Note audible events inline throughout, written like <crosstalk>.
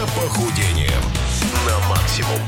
похудением на максимум.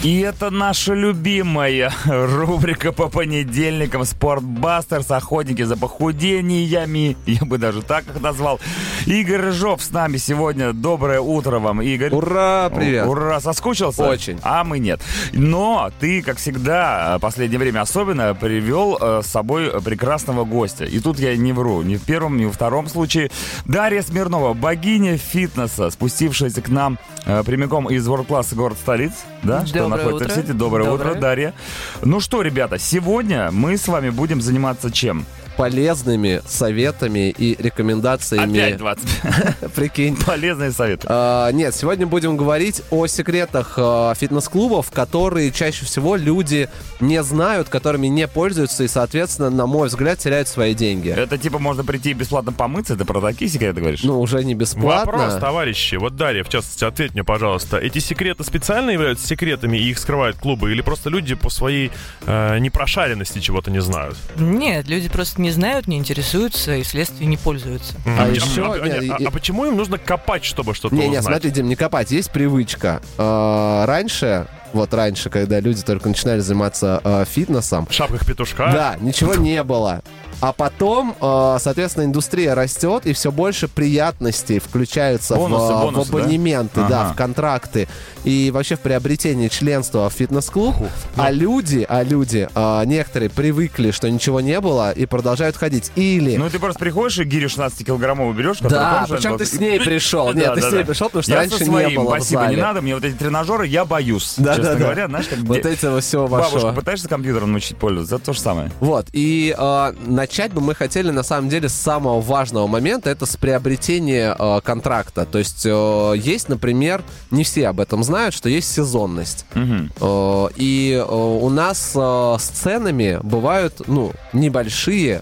И это наша любимая <laughs> рубрика по понедельникам «Спортбастерс. Охотники за похудениями». Я бы даже так их назвал. Игорь Рыжов с нами сегодня. Доброе утро вам, Игорь. Ура, привет. Ура, соскучился? Очень. А мы нет. Но ты, как всегда, э, последнее время особенно, привел э, с собой прекрасного гостя. И тут я не вру, ни в первом, ни во втором случае. Дарья Смирнова, богиня фитнеса, спустившаяся к нам э, прямиком из World Class город столиц, да, что Доброе находится утро. в Сити. Доброе, Доброе. утро, Дарья. Ну что, ребята, сегодня мы с вами будем заниматься чем? Полезными советами и рекомендациями. Опять 20 Прикинь. <laughs> полезные советы. А, нет, сегодня будем говорить о секретах а, фитнес-клубов, которые чаще всего люди не знают, которыми не пользуются и, соответственно, на мой взгляд, теряют свои деньги. Это типа можно прийти и бесплатно помыться, это про такие секреты говоришь? Ну, уже не Вопрос, бесплатно. товарищи. Вот, Дарья, в частности, ответь мне, пожалуйста. Эти секреты специально являются секретами и их скрывают клубы? Или просто люди по своей э, непрошаренности чего-то не знают? Нет, люди просто не знают, не интересуются и вследствие не пользуются. А М, еще- а- а- не, а- и- а почему им нужно копать, чтобы что-то Не, не, узнать? смотри, Дим, не копать. Есть привычка. А, раньше, вот раньше, когда люди только начинали заниматься а, фитнесом, В шапках петушка? Да, ничего не было. А потом, э, соответственно, индустрия растет, и все больше приятностей включаются в, Бонусы, э, в, бонусы, да? абонементы, да? Ага. в контракты и вообще в приобретение членства в фитнес-клуб. ну. А люди, а люди, э, некоторые привыкли, что ничего не было, и продолжают ходить. Или... Ну, ты просто приходишь и гирю 16-килограммовую берешь. да, причем ты с <laughs> ней пришел. Нет, ты с ней пришел, потому что я раньше со своим, не было в спасибо, не зале. надо, мне вот эти тренажеры, я боюсь, Да, честно да, да. говоря. Знаешь, как Вот де- этого всего бабушку вашего. пытаешься компьютером научить пользоваться, это то же самое. Вот, и э, начать бы мы хотели на самом деле с самого важного момента, это с приобретения э, контракта. То есть э, есть, например, не все об этом знают, что есть сезонность. Мгм. Э, и э, у нас э, с ценами бывают, ну, небольшие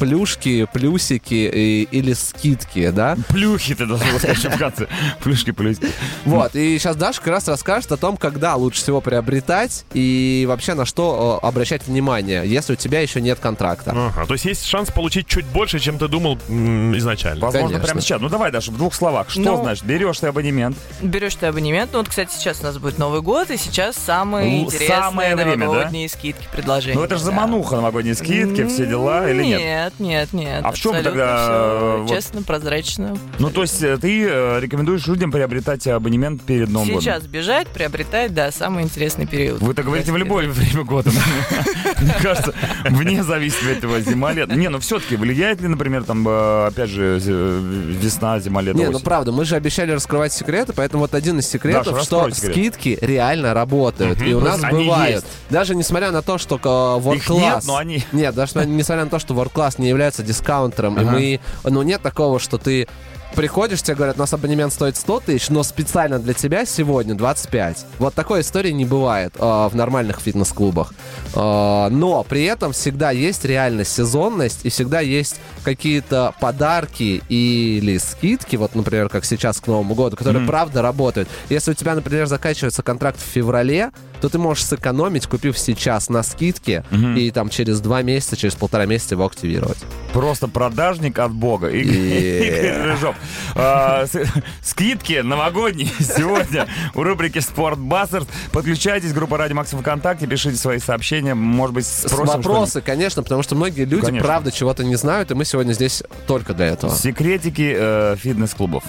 плюшки, плюсики и- или скидки, да? Плюхи ты должен был сказать в конце. Плюшки, плюшки. Вот, и сейчас Даша как раз расскажет о том, когда лучше всего приобретать и вообще на что э, обращать внимание, если у тебя еще нет контракта. Ага, то есть есть шанс получить чуть больше, чем ты думал м, изначально. Возможно, Конечно. прямо сейчас. Ну, давай, Даша, в двух словах. Что Ну. значит? Берешь ты абонемент. Берешь ты абонемент. Ну вот, кстати, сейчас у нас будет Новый год, и сейчас самые Ну, интересные самое время, да? новогодние скидки, предложения. Ну, это же да. замануха, новогодние скидки, все дела, или нет? Нет, нет, нет. А в чем Абсолютно тогда, всё э, вот- Честно, прозрачно. Ну, то есть э, ты э, рекомендуешь людям приобретать абонемент перед Новым годом? Сейчас бежать, приобретать, да, самый интересный период. Вы это говорите в любое время года. <laughs> Мне кажется, вне зависимости от этого зима, лет. Не, ну все-таки влияет ли, например, там, э, опять же, зе- весна, зима, лето, Не, ну осень? правда, мы же обещали раскрывать секреты, поэтому вот один из секретов, Даша, что раскрой секрет. скидки реально работают. И у нас Они бывает. есть. Даже несмотря на то, что э, World Их Class... нет, но они- <laughs> Нет, даже на- несмотря на то, что World Class не является дискаунтером, и мы... Ну, нет такого, что ты приходишь, тебе говорят, у нас абонемент стоит 100 тысяч, но специально для тебя сегодня 25. Вот такой истории не бывает э, в нормальных фитнес-клубах. Э, но при этом всегда есть реально сезонность и всегда есть какие-то подарки или скидки, вот, например, как сейчас к Новому году, которые правда работают. Если у тебя, например, заканчивается контракт в феврале, то ты можешь сэкономить, купив сейчас на скидке, и там через два месяца, через полтора месяца его активировать. Просто продажник от бога. <laughs> И- Игорь Рыжов. А, с- Скидки новогодние <laughs> сегодня у рубрики «Спортбассерс». Подключайтесь, группа «Ради Максим ВКонтакте», пишите свои сообщения, может быть, спросим вопросы, конечно, потому что многие люди Конечно. правда чего-то не знают, и мы сегодня здесь только для этого. что-нибудь. Секретики э, фитнес-клубов.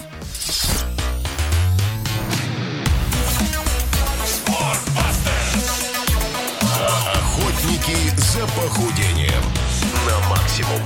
Охотники за похудением на максимум.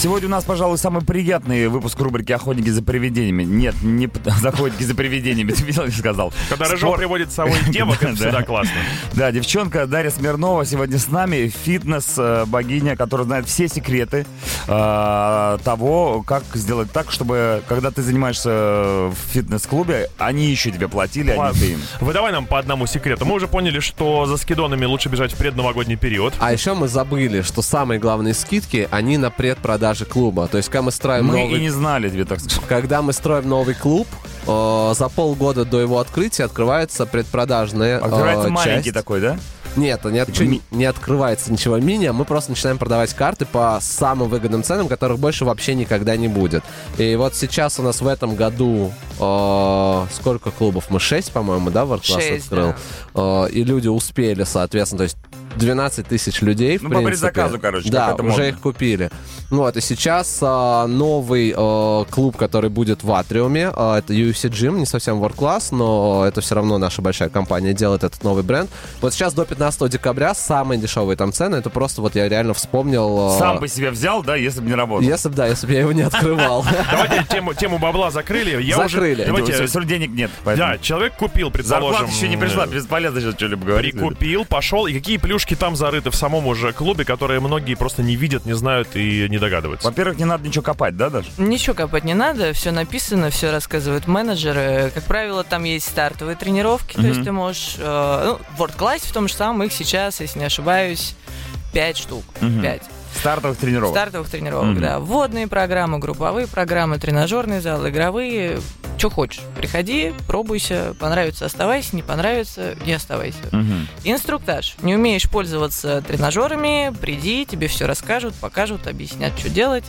Сегодня у нас, пожалуй, самый приятный выпуск рубрики «Охотники за привидениями». Нет, не п- <laughs> «Охотники за привидениями», <laughs> ты видел, я сказал. Когда Рыжов Спорт- приводит <laughs> с собой девок, это Да. всегда классно. Да, девчонка Дарья Смирнова сегодня с нами, фитнес-богиня, которая знает все секреты э, того, как сделать так, чтобы, когда ты занимаешься в фитнес-клубе, они еще тебе платили, а не Ладно. ты им. Выдавай нам по одному секрету. Мы уже поняли, что за скидонами лучше бежать в предновогодний период. А еще мы забыли, что самые главные скидки, они на предпродаже клуба. То есть, когда мы строим Мы новый... и не знали тебе так сказать. Когда мы строим новый клуб, э, за полгода до его открытия открывается предпродажная э, Открывается А, маленький А, часть. такой, да? Нет, не, от- Ми- не открывается ничего мини, а мы просто начинаем продавать карты по самым выгодным ценам, которых больше вообще никогда не будет. И вот сейчас у нас в этом году э, сколько клубов? Мы 6, по-моему, да, World Class Шесть, открыл. Э, и люди успели, соответственно, то есть 12 тысяч людей, в Ну, по принципе. предзаказу, короче, Да, как это уже модно. их купили. Ну вот, и сейчас а, новый а, клуб, который будет в Атриуме, а, это UFC Gym, не совсем World Class, но это все равно наша большая компания делает этот новый бренд. Вот сейчас до 15 декабря самые дешевые там цены, это просто вот я реально вспомнил... а, Сам бы себе взял, да, если бы не работал. Если бы, да, если бы я его <laughs> не открывал. Давайте тему, тему бабла закрыли. Я Закрыли. Уже, Ну, давайте, всё, всё, денег нет, поэтому. да, человек купил, предположим. э, Зарплата еще не пришла, бесполезно сейчас что-либо говорить. Прикупил, пошел. И какие плюшки там зарыты в самом уже клубе, которые многие просто не видят, не знают и не догадываются. Во-первых, не надо ничего копать, да, даже? Ничего копать не надо, все написано, все рассказывают менеджеры. Как правило, там есть стартовые тренировки, то есть ты можешь... э, ну, в World Class в том же самом их сейчас, если не ошибаюсь, 5 штук. Мгм. 5 Стартовых тренировок. стартовых тренировок, Мгм. да. Вводные программы, групповые программы, тренажерный зал, игровые. Что хочешь, приходи, пробуйся. Понравится, оставайся, не понравится, не оставайся. Мгм. Инструктаж. Не умеешь пользоваться тренажерами, приди, тебе все расскажут, покажут, объяснят, что делать.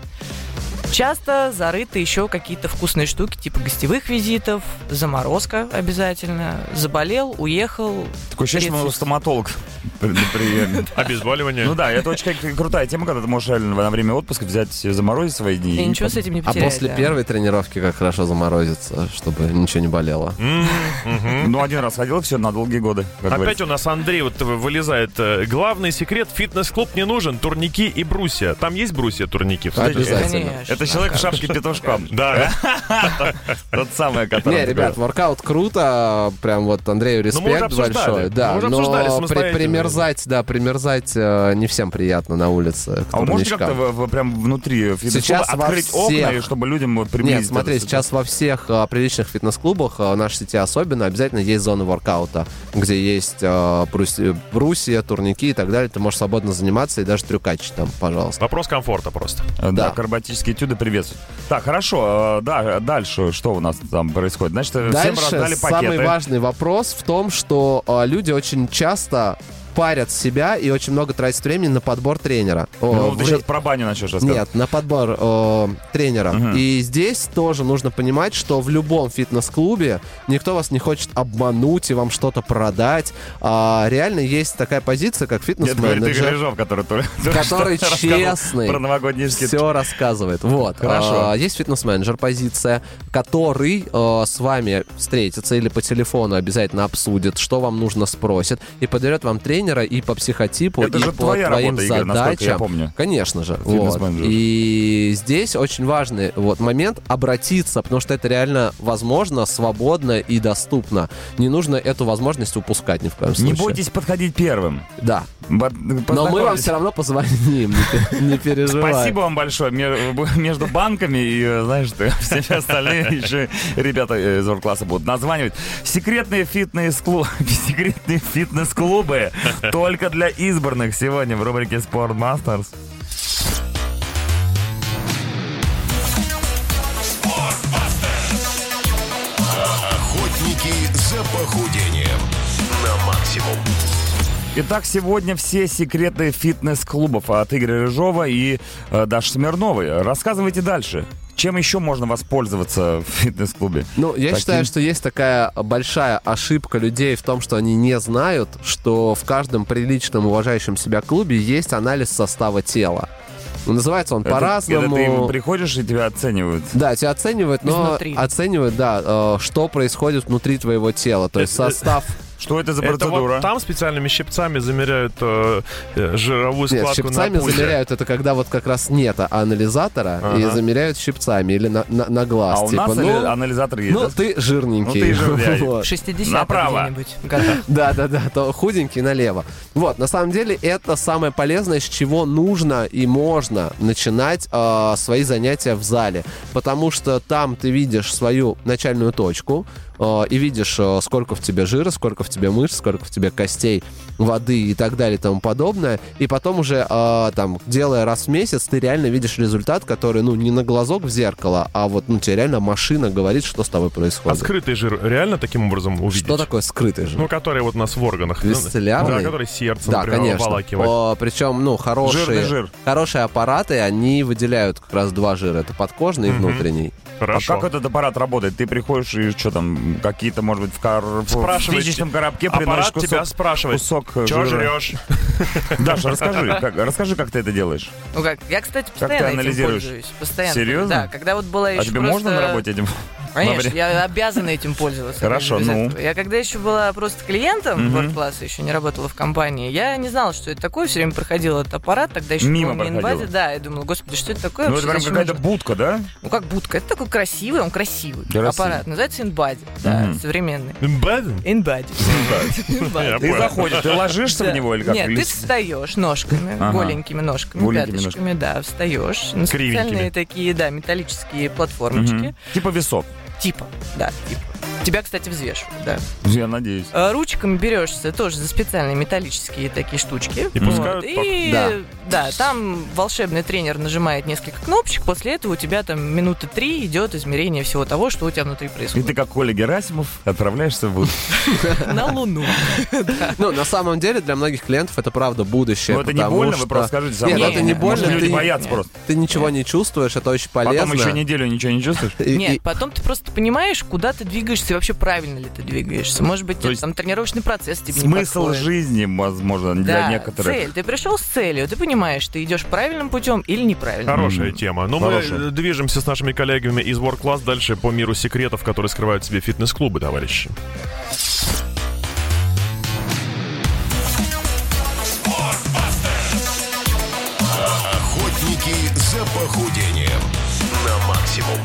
Часто зарыты еще какие-то вкусные штуки, типа гостевых визитов, заморозка обязательно. Заболел, уехал. Такое ощущение, что у Рецепт. стоматолог при- на приеме. <laughs> Обезболивание. Ну да, это очень как- крутая тема, когда ты можешь реально на время отпуска взять, э, заморозить свои дни. И и ничего потом- с этим не А потеряешь. после да. первой тренировки как хорошо заморозиться, чтобы ничего не болело. М, мгм. Ну, один раз ходил, все, на долгие годы. как Опять говорится. у нас Андрей вот вы- вылезает. э, Главный секрет, фитнес-клуб не нужен, турники и брусья. Там есть брусья, турники? Вот эти- Обязательно. Конечно. Это человек в шапке петушка. <laughs> Да. Э? Тот самый, о котором Не, ты ребят, говорил. воркаут круто, прям вот Андрею Ну, мы уже респект обсуждали. большой. Да, Мы уже но обсуждали при- самостоятельно. примерзать, да, примерзать э, не всем приятно на улице. к А вы можете турничкам. как-то в- в- прям внутри фитнес-клуба Сейчас во открыть окна, всех. и чтобы людям вот приблизить? Нет, смотри, это всё? сейчас во всех э, приличных фитнес-клубах, э, в нашей сети особенно, обязательно есть зоны воркаута, где есть э, брус- брусья, турники и так далее. Ты можешь свободно заниматься и даже трюкачить там, пожалуйста. Вопрос комфорта просто. Э, Да, Да. акробатические этюды приветствуют. Так, хорошо, э, да, э, дальше что у нас там происходит? Значит, э, всем раздали Дальше самый пакеты. важный вопрос в том, что э, люди очень часто парят себя и очень много тратят времени на подбор тренера. О, Ну, ты вре- сейчас про баню начнешь рассказывать. Нет, на подбор э, тренера. Мгм. И здесь тоже нужно понимать, что в любом фитнес-клубе никто вас не хочет обмануть и вам что-то продать. А, реально есть такая позиция, как Нет, говорит Игорь фитнес-менеджер, Рыжов, который... только- <laughs> только что который рассказывал честный. Про новогодние скидки. Все рассказывает. Вот. Хорошо. А, есть фитнес-менеджер позиция, который э, с вами встретится или по телефону обязательно обсудит, что вам нужно спросит, и подберет вам тренера и по психотипу, Это и же по твоя твоим работа, Игорь, насколько я задачам. помню. Конечно же. Фитнес Вот. менеджер. И здесь очень важный вот момент обратиться, потому что это реально возможно, свободно и доступно. Не нужно эту возможность упускать ни в коем случае. Не бойтесь подходить первым. Да. Бо- Но мы вам познакомьтесь. все равно позвоним, не <laughs> пе- не переживай. Спасибо вам большое. Мер- <laughs> Между банками и, э, знаешь, ты, <laughs> все остальные еще ребята э, из класса будут названивать. Секретные фитнес-клубы. <laughs> Секретные фитнес-клубы <laughs> только для избранных сегодня в рубрике Sportmasters. Охотники за похудением. На максимум. Итак, сегодня все секреты фитнес-клубов от Игоря Рыжова и э, Даши Смирновой. Рассказывайте дальше. Чем еще можно воспользоваться в фитнес-клубе? Ну, я Таким- считаю, что есть такая большая ошибка людей в том, что они не знают, что в каждом приличном, уважающем себя клубе есть анализ состава тела. Ну, Называется он Это по-разному. Когда ты приходишь и тебя оценивают. Да, тебя оценивают, но Изнутри. оценивают, да, э, что происходит внутри твоего тела, то есть Э, <laughs> э, состав. Что это за Это процедура? вот там специальными щипцами замеряют э, э, жировую Нет, складку щипцами на пузе. замеряют, это когда вот как раз нет анализатора, и Ага. замеряют щипцами или на, на- на глаз. а у типа, нас ну, али- анализатор есть. ну, да? ты жирненький. Ну, ты жирняй. <laughs> Вот. В 60 Направо. где-нибудь годах. Да, да, да, то худенький налево. Вот, на самом деле это самое полезное, с чего нужно и можно начинать а, э, свои занятия в зале. Потому что там ты видишь свою начальную точку, э, и видишь, э, сколько в тебе жира, сколько в тебе мышц, сколько в тебе костей, воды и так далее и тому подобное. И потом уже, э, там, делая раз в месяц, ты реально видишь результат, который, ну, не на глазок в зеркало, а вот, ну, тебе реально машина говорит, что с тобой А происходит. скрытый жир реально таким образом увидеть? Что такое скрытый жир? Ну, который вот у нас в органах. Ну, Висцелярный? Да, который сердце, Да, например, конечно. обволакивает. О, причем, ну, Жирный хорошие, жир. хорошие аппараты, они выделяют как раз два жира. Это подкожный и внутренний. Хорошо. А как этот аппарат работает? Ты приходишь и что там, какие-то, может быть, в, кор... в Спрашивает спичечном те- коробке приносишь Аппарат кусок, тебя спрашивает, кусок э, что жира. жрешь? Даша, расскажи, <laughs> как, расскажи, как ты это делаешь. Ну как, я, кстати, ты постоянно этим анализируешь? пользуюсь. Постоянно. Серьезно? Да, когда вот была еще а тебе просто- можно на работе <laughs> этим? Конечно, Добре. я обязана этим пользоваться. Хорошо, Как же без ну. этого? Я когда еще была просто клиентом Мгм. в класса еще не работала в компании, я не знала, что это такое, все время проходила этот аппарат, тогда еще Мимо был проходила. Минбади, да, я думала, господи, что это такое? Ну, это вообще, прям зачем какая-то нужно?» будка, да? Ну, как будка, это такой красивый, он красивый Красивый. аппарат, называется Инбади, да, Мгм. современный. Бэден? <laughs> Инбади. <laughs> Инбади. Я Ты понял. заходишь, ты ложишься Да. в него или как? Нет, Или ты с- встаешь ножками, Ага. голенькими ножками, Голенькими пяточками, да, встаешь на Кривенькими. специальные такие, да, металлические Мгм. платформочки. Типа весов, Типа, да, типа. Тебя, кстати, взвешивают, да. я надеюсь. А Ручками берешься тоже за специальные металлические такие штучки. И Вот. пускают ток. И, Да. да. там волшебный тренер нажимает несколько кнопочек, после этого у тебя там минуты три идет измерение всего того, что у тебя внутри И ты, происходит. как Коля Герасимов, отправляешься в... На Луну. Ну, на самом деле, для многих клиентов это правда будущее. Ну, это не потому больно, что вы просто скажите сам. Нет, Может, это не может, больно, люди ты- боятся <laughs> Нет. просто. Ты ничего не чувствуешь, это очень полезно. Потом еще неделю ничего не чувствуешь. И- Нет, и- потом ты просто понимаешь, куда ты двигаешься и вообще правильно ли ты двигаешься. Может быть, То есть там тренировочный процесс тебе не Смысл подходит. жизни, возможно, для Да, некоторых. цель. Ты пришел с целью, ты понимаешь, ты идешь правильным путем или неправильным. Хорошая М, тема. Но хорошая. мы движемся с нашими коллегами из Work Class дальше по миру секретов, которые скрывают в себе фитнес-клубы, товарищи. Охотники за похудением на максимум.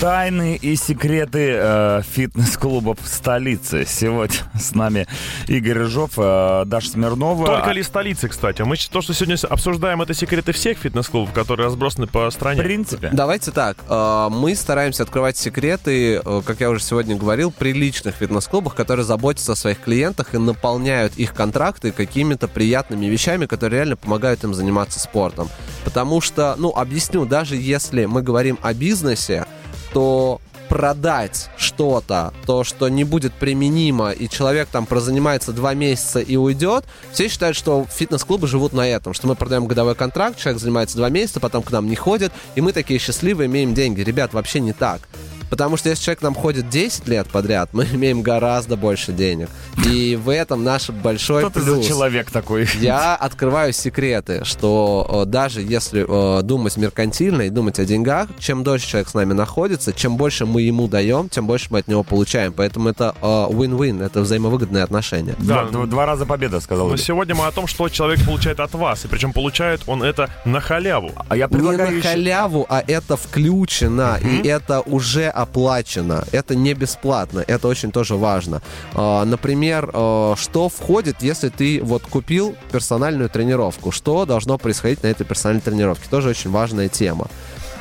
Тайны и секреты э, фитнес-клубов столицы. Сегодня <laughs> с нами Игорь Рыжов, э, Даша Смирнова. Только ли столицы, кстати? Мы щ- то, что сегодня с- обсуждаем, это секреты всех фитнес-клубов, которые разбросаны по В стране. принципе. Давайте так, э, мы стараемся открывать секреты, э, как я уже сегодня говорил, приличных фитнес-клубах, которые заботятся о своих клиентах и наполняют их контракты какими-то приятными вещами, которые реально помогают им заниматься спортом. Потому что, ну, объясню, даже если мы говорим о бизнесе, то продать что-то, то, что не будет применимо, и человек там прозанимается два месяца и уйдет, все считают, что фитнес-клубы живут на этом, что мы продаем годовой контракт, человек занимается два месяца, потом к нам не ходит, и мы такие счастливые имеем деньги. Ребят, вообще не так. Потому что если человек к нам ходит 10 лет подряд, мы <laughs> имеем гораздо больше денег. И в этом наш большой Что ты за плюс. человек такой? Я открываю секреты, что э, даже если э, думать меркантильно и думать о деньгах, чем дольше человек с нами находится, чем больше мы ему даем, тем больше мы от него получаем. Поэтому это э, win-win, это взаимовыгодные отношения. <laughs> Два, Да. два- два раза победа, сказал Но Игорь. сегодня мы о том, что человек получает от вас, и причем получает он это на халяву. А я Не предлагаю на еще- халяву, а это включено, и это уже оплачено. Это не бесплатно, это очень тоже важно. А, Например, э, что входит, если ты вот купил персональную тренировку? Что должно происходить на этой персональной тренировке? Тоже очень важная тема.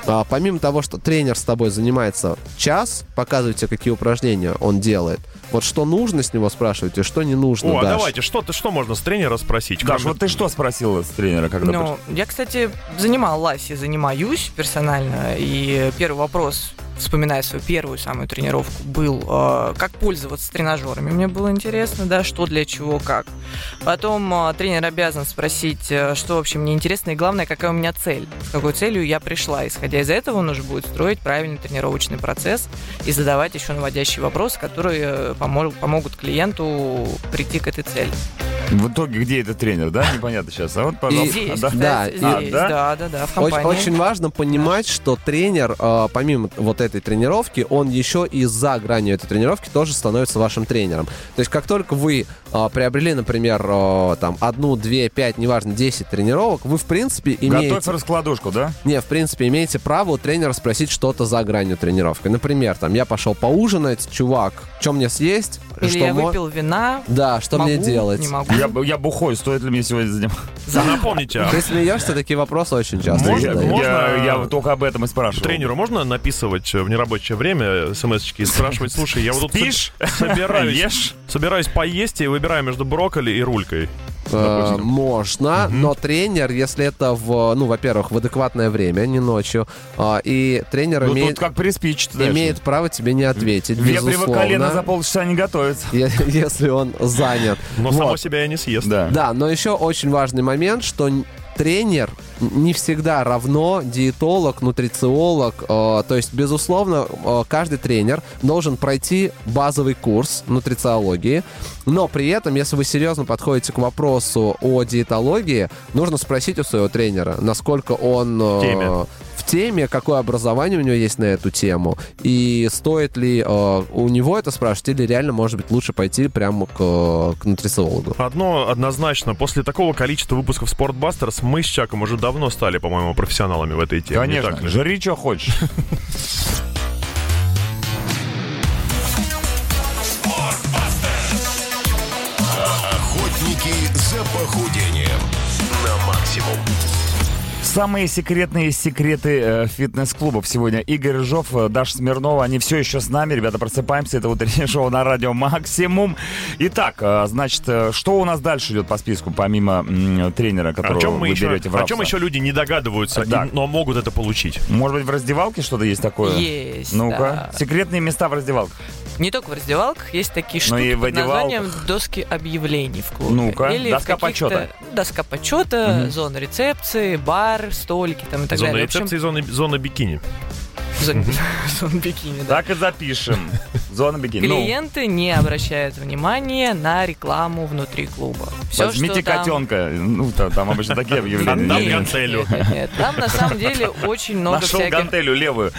А, Помимо того, что тренер с тобой занимается час, показывает тебе, какие упражнения он делает, вот что нужно с него спрашиваете, что не нужно, О, а Даш? давайте, что, ты, что можно с тренера спросить? Даш, Кроме- Ну вот ты что спросила с тренера, когда пришла? Ну, я, кстати, занималась и занимаюсь персонально. И первый вопрос, вспоминая свою первую самую тренировку, был, э, как пользоваться тренажерами. Мне было интересно, да, что для чего, как. Потом э, тренер обязан спросить, э, что вообще мне интересно, и главное, какая у меня цель, с какой целью я пришла. Исходя из этого, он уже будет строить правильный тренировочный процесс и задавать еще наводящие вопросы, которые э, помо- помогут клиенту прийти к этой цели. В итоге, где этот тренер, да? Непонятно сейчас. А вот, пожалуйста. Здесь, да. кстати, Да, и- здесь, А, да? да? да, да, в Оч- компании. Очень, важно понимать, что тренер, э, помимо вот этой тренировки, он еще и за гранью этой тренировки тоже становится вашим тренером. То есть, как только вы э, приобрели, например, э, там, одну, две, пять, неважно, 10 тренировок, вы, в принципе, имеете... Готовь раскладушку, да? Не, в принципе, имеете право у тренера спросить что-то за гранью тренировки. Например, там, я пошел поужинать, чувак, что мне съесть? Или что я мо- выпил вина. Да, что мне могу, делать? Не могу. Я, б- я бухой, стоит ли мне сегодня заниматься? <laughs> Напомните, а Ты смеешься, такие вопросы очень часто. Можно- я, задают. можно- я- я вот только об этом и спрашивал. тренеру можно написывать э, в нерабочее время смс-очки <laughs> и спрашивать, слушай, я вот тут Спишь? со- <laughs> собираюсь, Ешь? собираюсь поесть и выбираю между брокколи и рулькой. Э, Можно, но тренер, если это в, ну, во-первых, в адекватное время, не ночью, а, и тренер Ну имеет, тут как приспичит. знаешь. имеет право тебе не ответить, Вепрево безусловно, колено за полчаса не готовится. е- <laughs> если он занят. Но Вот. само себя я не съест. Да. Да, но еще очень важный момент, что н- тренер не всегда равно диетолог, нутрициолог. э, то есть, безусловно, э, каждый тренер должен пройти базовый курс нутрициологии. Но при этом, если вы серьезно подходите к вопросу о диетологии, нужно спросить у своего тренера, насколько он э, В теме. в теме, какое образование у него есть на эту тему, и стоит ли э, у него это спрашивать, или реально, может быть, лучше пойти прямо к, э, к нутрициологу. Одно однозначно, после такого количества выпусков Sportbusters мы с Чаком уже давно стали, по-моему, профессионалами в этой теме. не Конечно, так ли? жри, что хочешь. Охотники за похудением на максимум. <laughs> Самые секретные секреты э, фитнес-клубов сегодня. Игорь Рыжов, э, Даша Смирнова, они все еще с нами. Ребята, просыпаемся. Это утреннее шоу на радио «Максимум». Итак, э, значит, э, что у нас дальше идет по списку, помимо м, тренера, О которого чем, вы мы еще, берете в о чем рабство? еще люди не догадываются, и- Да. но могут это получить? Может быть, в раздевалке что-то есть такое? Есть, Ну-ка. да. Секретные места в раздевалках. Не только в раздевалках, есть такие Но штуки Ну и в под названием одевалках. доски объявлений в клубе. Ну-ка, Или в доска каких-то- почета. Доска почета, зона рецепции, бар, столики там и так Зона далее. В общем, рецепции, зона, зона бикини. зона- <laughs> зона бикини, да. Так и запишем. Зона бикини. Ну, Клиенты не обращают внимания на рекламу внутри клуба. Все, возьмите что там... котенка. Ну, та- там обычно <laughs> такие Отдам Нет, объявления. гон- гантелю. Нет, нет, нет. Там на самом деле очень много Нашел всяких гантелю левую.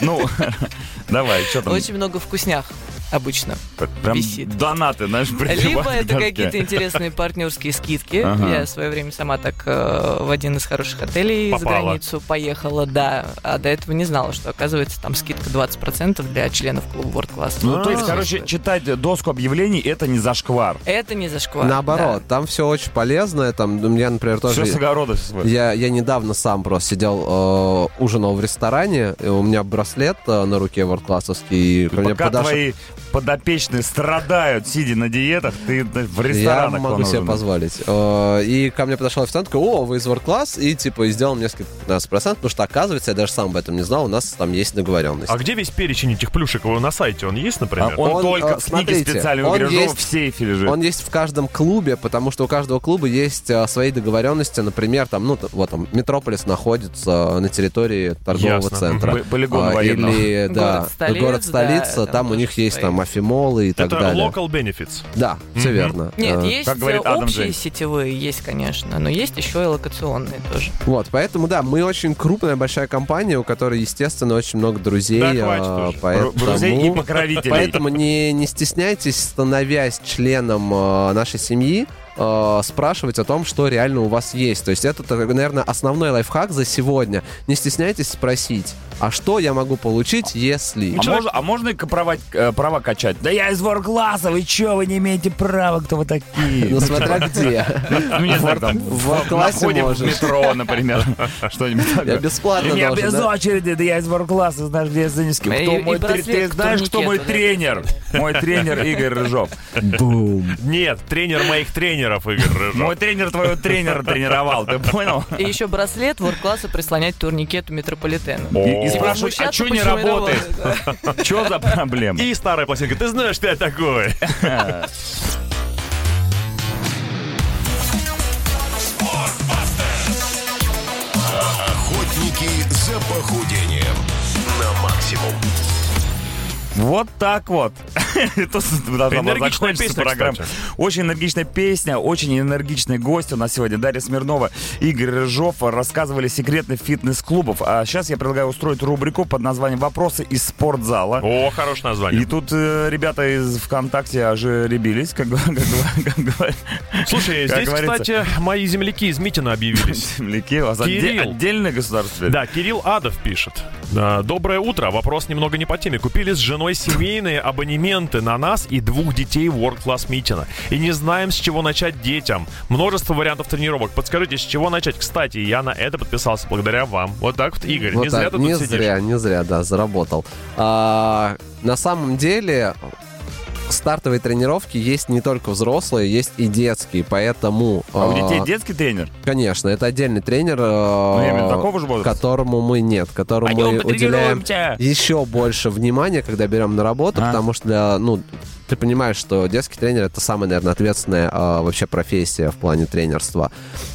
Ну, <laughs> давай, что там? Очень много вкуснях обычно. Прям висит. донаты, знаешь, прилипают Либо к это доске. какие-то интересные партнерские скидки. Ага. Я в свое время сама так э, в один из хороших отелей Попала. за границу поехала, да. А до этого не знала, что оказывается там скидка 20% для членов клуба World Class. Ну, А. то есть, короче, читать доску объявлений это не зашквар. Это не зашквар. Наоборот, там все очень полезное. Там ну, я, например, Все тоже. с огорода всё свое. Я, я недавно сам просто сидел, э, ужинал в ресторане, и у меня браслет э, на руке ворд-классовский, и ко мне Пока подошел- твои подопечные страдают, сидя на диетах, ты да, в Я ресторанах могу вон себе ужинаешь. позволить. Э, И ко мне подошел официант, такой, о, вы из ворд-класс, и типа и сделал мне скидку 15%, потому что, оказывается, я даже сам об этом не знал, у нас там есть договоренность. А где весь перечень этих плюшек? Его на сайте он есть, например? А он, Он, только э, в смотрите, книге специального он Грижова есть- в сейфе лежит. Он есть в каждом клубе, потому что у каждого клуба есть э, свои договоренности. Например, там, ну, т- вот там, Метрополис находится на территории торгового Ясно. центра. П- полигон А, военного. Или, Город да, столиц, город столица, да, там, там у тоже них есть свои. там афимолы и так Это далее. local benefits. Да, все Мгм. верно. Нет, Э, есть как говорит э, Адам общие Джеймс. сетевые, есть, конечно, но есть еще и локационные тоже. Вот, поэтому, да, мы очень крупная, большая компания, у которой, естественно, очень много друзей. Да, хватит э, уже. Ру- Друзей и поэтому- покровителей. Поэтому не, не стесняйтесь, становясь членом э, нашей семьи, э, спрашивать о том, что реально у вас есть. То есть это, так, наверное, основной лайфхак за сегодня. Не стесняйтесь спросить, а что я могу получить, если... А, можно, а можно и копровать, э, права качать? Да я из воркласса, вы чё, вы не имеете права, кто вы Ну, такие? <laughs> смотря где. Ну, не знаю, там, в ворклассе на входе в можешь. метро, <laughs> например, что-нибудь такое. Я бесплатно Я должен, без да? очереди, да я из воркласса, знаешь, где я занес. Кто И- и мой тре- браслет Ты к знаешь, кто мой турникету, да. тренер? Мой тренер Игорь Рыжов. Бум. Нет, тренер моих тренеров, Игорь Рыжов. Мой тренер твоего тренера тренировал, ты понял? И еще браслет World-класса прислонять к турникету метрополитена. И, и спрашивают, а Смущаться, что не почему работает? Что за проблема? И старая пластинка. Ты знаешь, что я такой? Охотники за похудением на максимум. Вот так вот. <laughs> И тут должна была Энергичная закончиться песня, программа. кстати. Очень энергичная песня, очень энергичный гость у нас сегодня. Дарья Смирнова, Игорь Рыжов рассказывали секреты фитнес-клубов. А сейчас я предлагаю устроить рубрику под названием «Вопросы из спортзала». О, хорошее И название. тут э, ребята из ВКонтакте ожеребились, как, г- <laughs> как, г- как говорят Слушай, Как здесь, говорится. кстати, мои земляки из Митина объявились. земляки. У вас отде- Кирилл. а отдельное государство? Да, Кирилл Адов пишет. Да, Доброе утро. Вопрос немного не по теме. Купили с женой семейные документы на нас и двух детей World Class Митина. И не знаем, с чего начать детям. Множество вариантов тренировок. Подскажите, с чего начать? Кстати, я на это подписался благодаря вам. Вот так вот, Игорь. Вот не так, зря ты не тут сидишь. зря, не зря, да, заработал. А, на самом деле стартовые тренировки есть не только взрослые, есть и детские, поэтому... А у а, детей детский тренер? Конечно, это отдельный тренер, э, Ну, я имею в виду, а, такого же возраста? которому мы нет, которому мы Пойдем уделяем потренируемся! еще больше внимания, когда берем на работу, А. потому что, для, ну, ты понимаешь, что детский тренер это самая, наверное, ответственная а, вообще профессия в плане тренерства.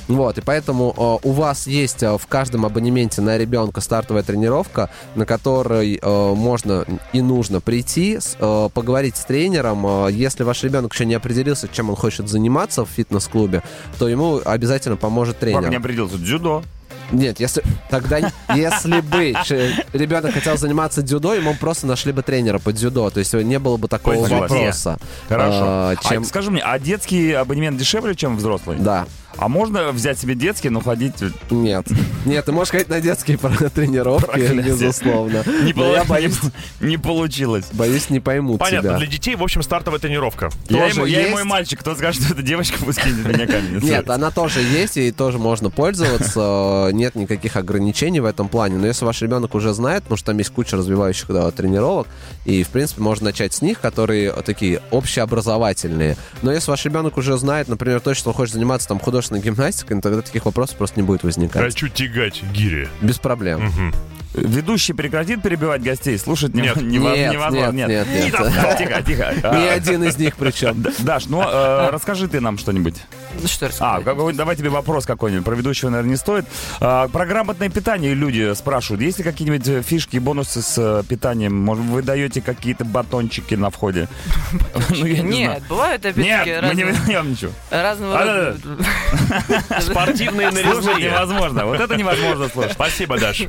Вот, и поэтому а, у вас есть а, в каждом абонементе на ребенка стартовая тренировка, на которой а, можно и нужно прийти, с- а, поговорить с тренером. А, если ваш ребенок еще не определился, чем он хочет заниматься в фитнес-клубе, то ему обязательно поможет тренер. Как не определился? Дзюдо. Нет, если тогда если бы ч- ребенок хотел заниматься дзюдо, ему просто нашли бы тренера по дзюдо, то есть э, не было бы такого Понял. вопроса. Хорошо. А, А, чем- скажи мне, а детский абонемент дешевле, чем взрослый? Да, А можно взять себе детский, но ходить... нет, нет, ты можешь ходить на детские <laughs> про- тренировки, Проклятие. безусловно. Не, Но я поло- боюсь, не получилось. боюсь не поймут Понятно, тебя. для детей, в общем, стартовая тренировка. Я, Тоже ему- я и мой есть? мальчик, кто скажет, что это девочка, пусть кинет меня камень. Нет, а- она тоже есть, и тоже можно пользоваться. э, Нет никаких ограничений в этом плане. Но если ваш ребенок уже знает, потому что там есть куча развивающих да, тренировок, и, в принципе, можно начать с них, которые такие общеобразовательные. Но если ваш ребенок уже знает, например, то, что он хочет заниматься там художественной гимнастикой, ну, тогда таких вопросов просто не будет возникать. Хочу тягать гири. Без проблем. Мгм. Ведущий прекратит перебивать гостей, слушать Нет. <laughs> нево- нево- Нет, невозможно. нет, нет, Не нет. толкай, Тихо, тихо. Ни А, один из них причем. Д- Даш, ну э, расскажи ты нам что-нибудь. Ну что А, рассказать? какой- давай тебе вопрос какой-нибудь. Про ведущего, наверное, не стоит. А, Про грамотное питание люди спрашивают. Есть ли какие-нибудь э, фишки, бонусы с э, питанием? Может, вы даете какие-то батончики на входе? <laughs> Ну, я не знаю. Нет, бывают опять-таки Нет, мы не разные- выдаем ничего. разного А, рода- <laughs> Спортивные Слушать нарезные. невозможно. Вот это невозможно слушать. Спасибо, Даш.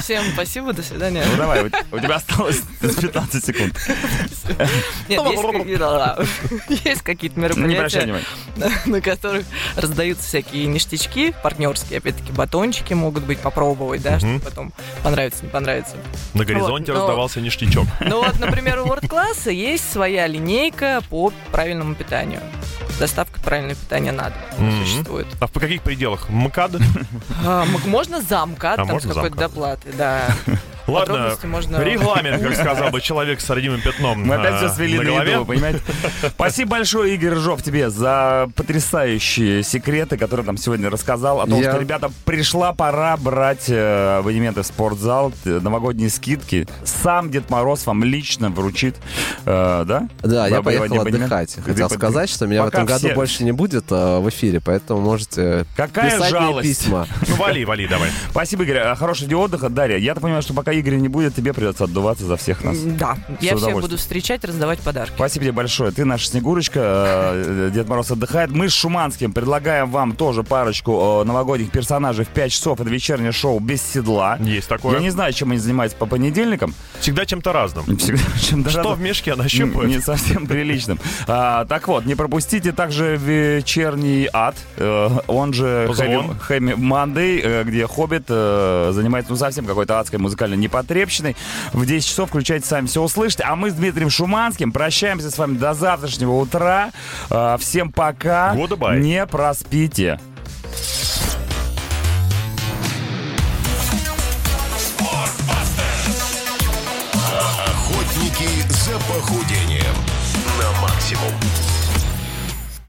Всем спасибо, до свидания. Ну давай, у у тебя осталось <laughs> 15 секунд. Нет, есть какие-то- <laughs> есть какие-то Не обращай мероприятия, внимания. на которых раздаются всякие ништячки, партнерские, опять-таки, батончики могут быть, попробовать, да, чтобы потом понравится, не понравится. На горизонте Вот, но- раздавался ништячок. Ну вот, например, у World Class есть своя линейка по правильному питанию. Доставка правильного питания на дом Мгм. существует. А в каких пределах? <laughs> МКАД? А, м- можно замка, А, там с можно какой-то замка? доплаты, да. <laughs> Ладно, Подробности можно... регламент, <laughs> как сказал бы человек с родимым пятном Мы опять а, все свели на, на голове. еду, понимаете? Спасибо большое, Игорь Ржов, тебе за потрясающие секреты, которые нам сегодня рассказал. О том, Я- что, ребята, пришла пора брать э, абонементы в спортзал, т- новогодние скидки. Сам Дед Мороз вам лично вручит, э, да? Да, я Вам поехал абонемент. отдыхать. Ты Хотел под- сказать, что меня в Пока этом году все- больше не будет а, в эфире, поэтому можете э, Какая писать мне жалость. письма. Ну, вали, вали, давай. Спасибо, Игорь. А, Хорошего дня отдыха. Дарья, я так понимаю, что пока Игоря не будет, тебе придется отдуваться за всех нас. М, Да, я всех удовольствием. буду встречать, раздавать подарки. Спасибо тебе большое. Ты наша Снегурочка, э, Дед Мороз отдыхает. Мы с Шуманским предлагаем вам тоже парочку э, новогодних персонажей в 5 часов. Это вечернее шоу «Без седла». Есть Я не такое. знаю, чем они занимаются по понедельникам. Всегда чем-то разным. Всегда чем-то Что разным. в мешке она М, Не щупает? совсем приличным. А, так вот, не пропустите также вечерний ад, э, он же Звон. Хэми Мандей, где Хоббит э, занимается ну совсем какой-то адской музыкальной непотребщиной. В 10 часов включайте сами все услышите. А мы с Дмитрием Шуманским прощаемся с вами до завтрашнего утра. А, всем пока. Goodbye. Не проспите. Охотники за похудением на максимум.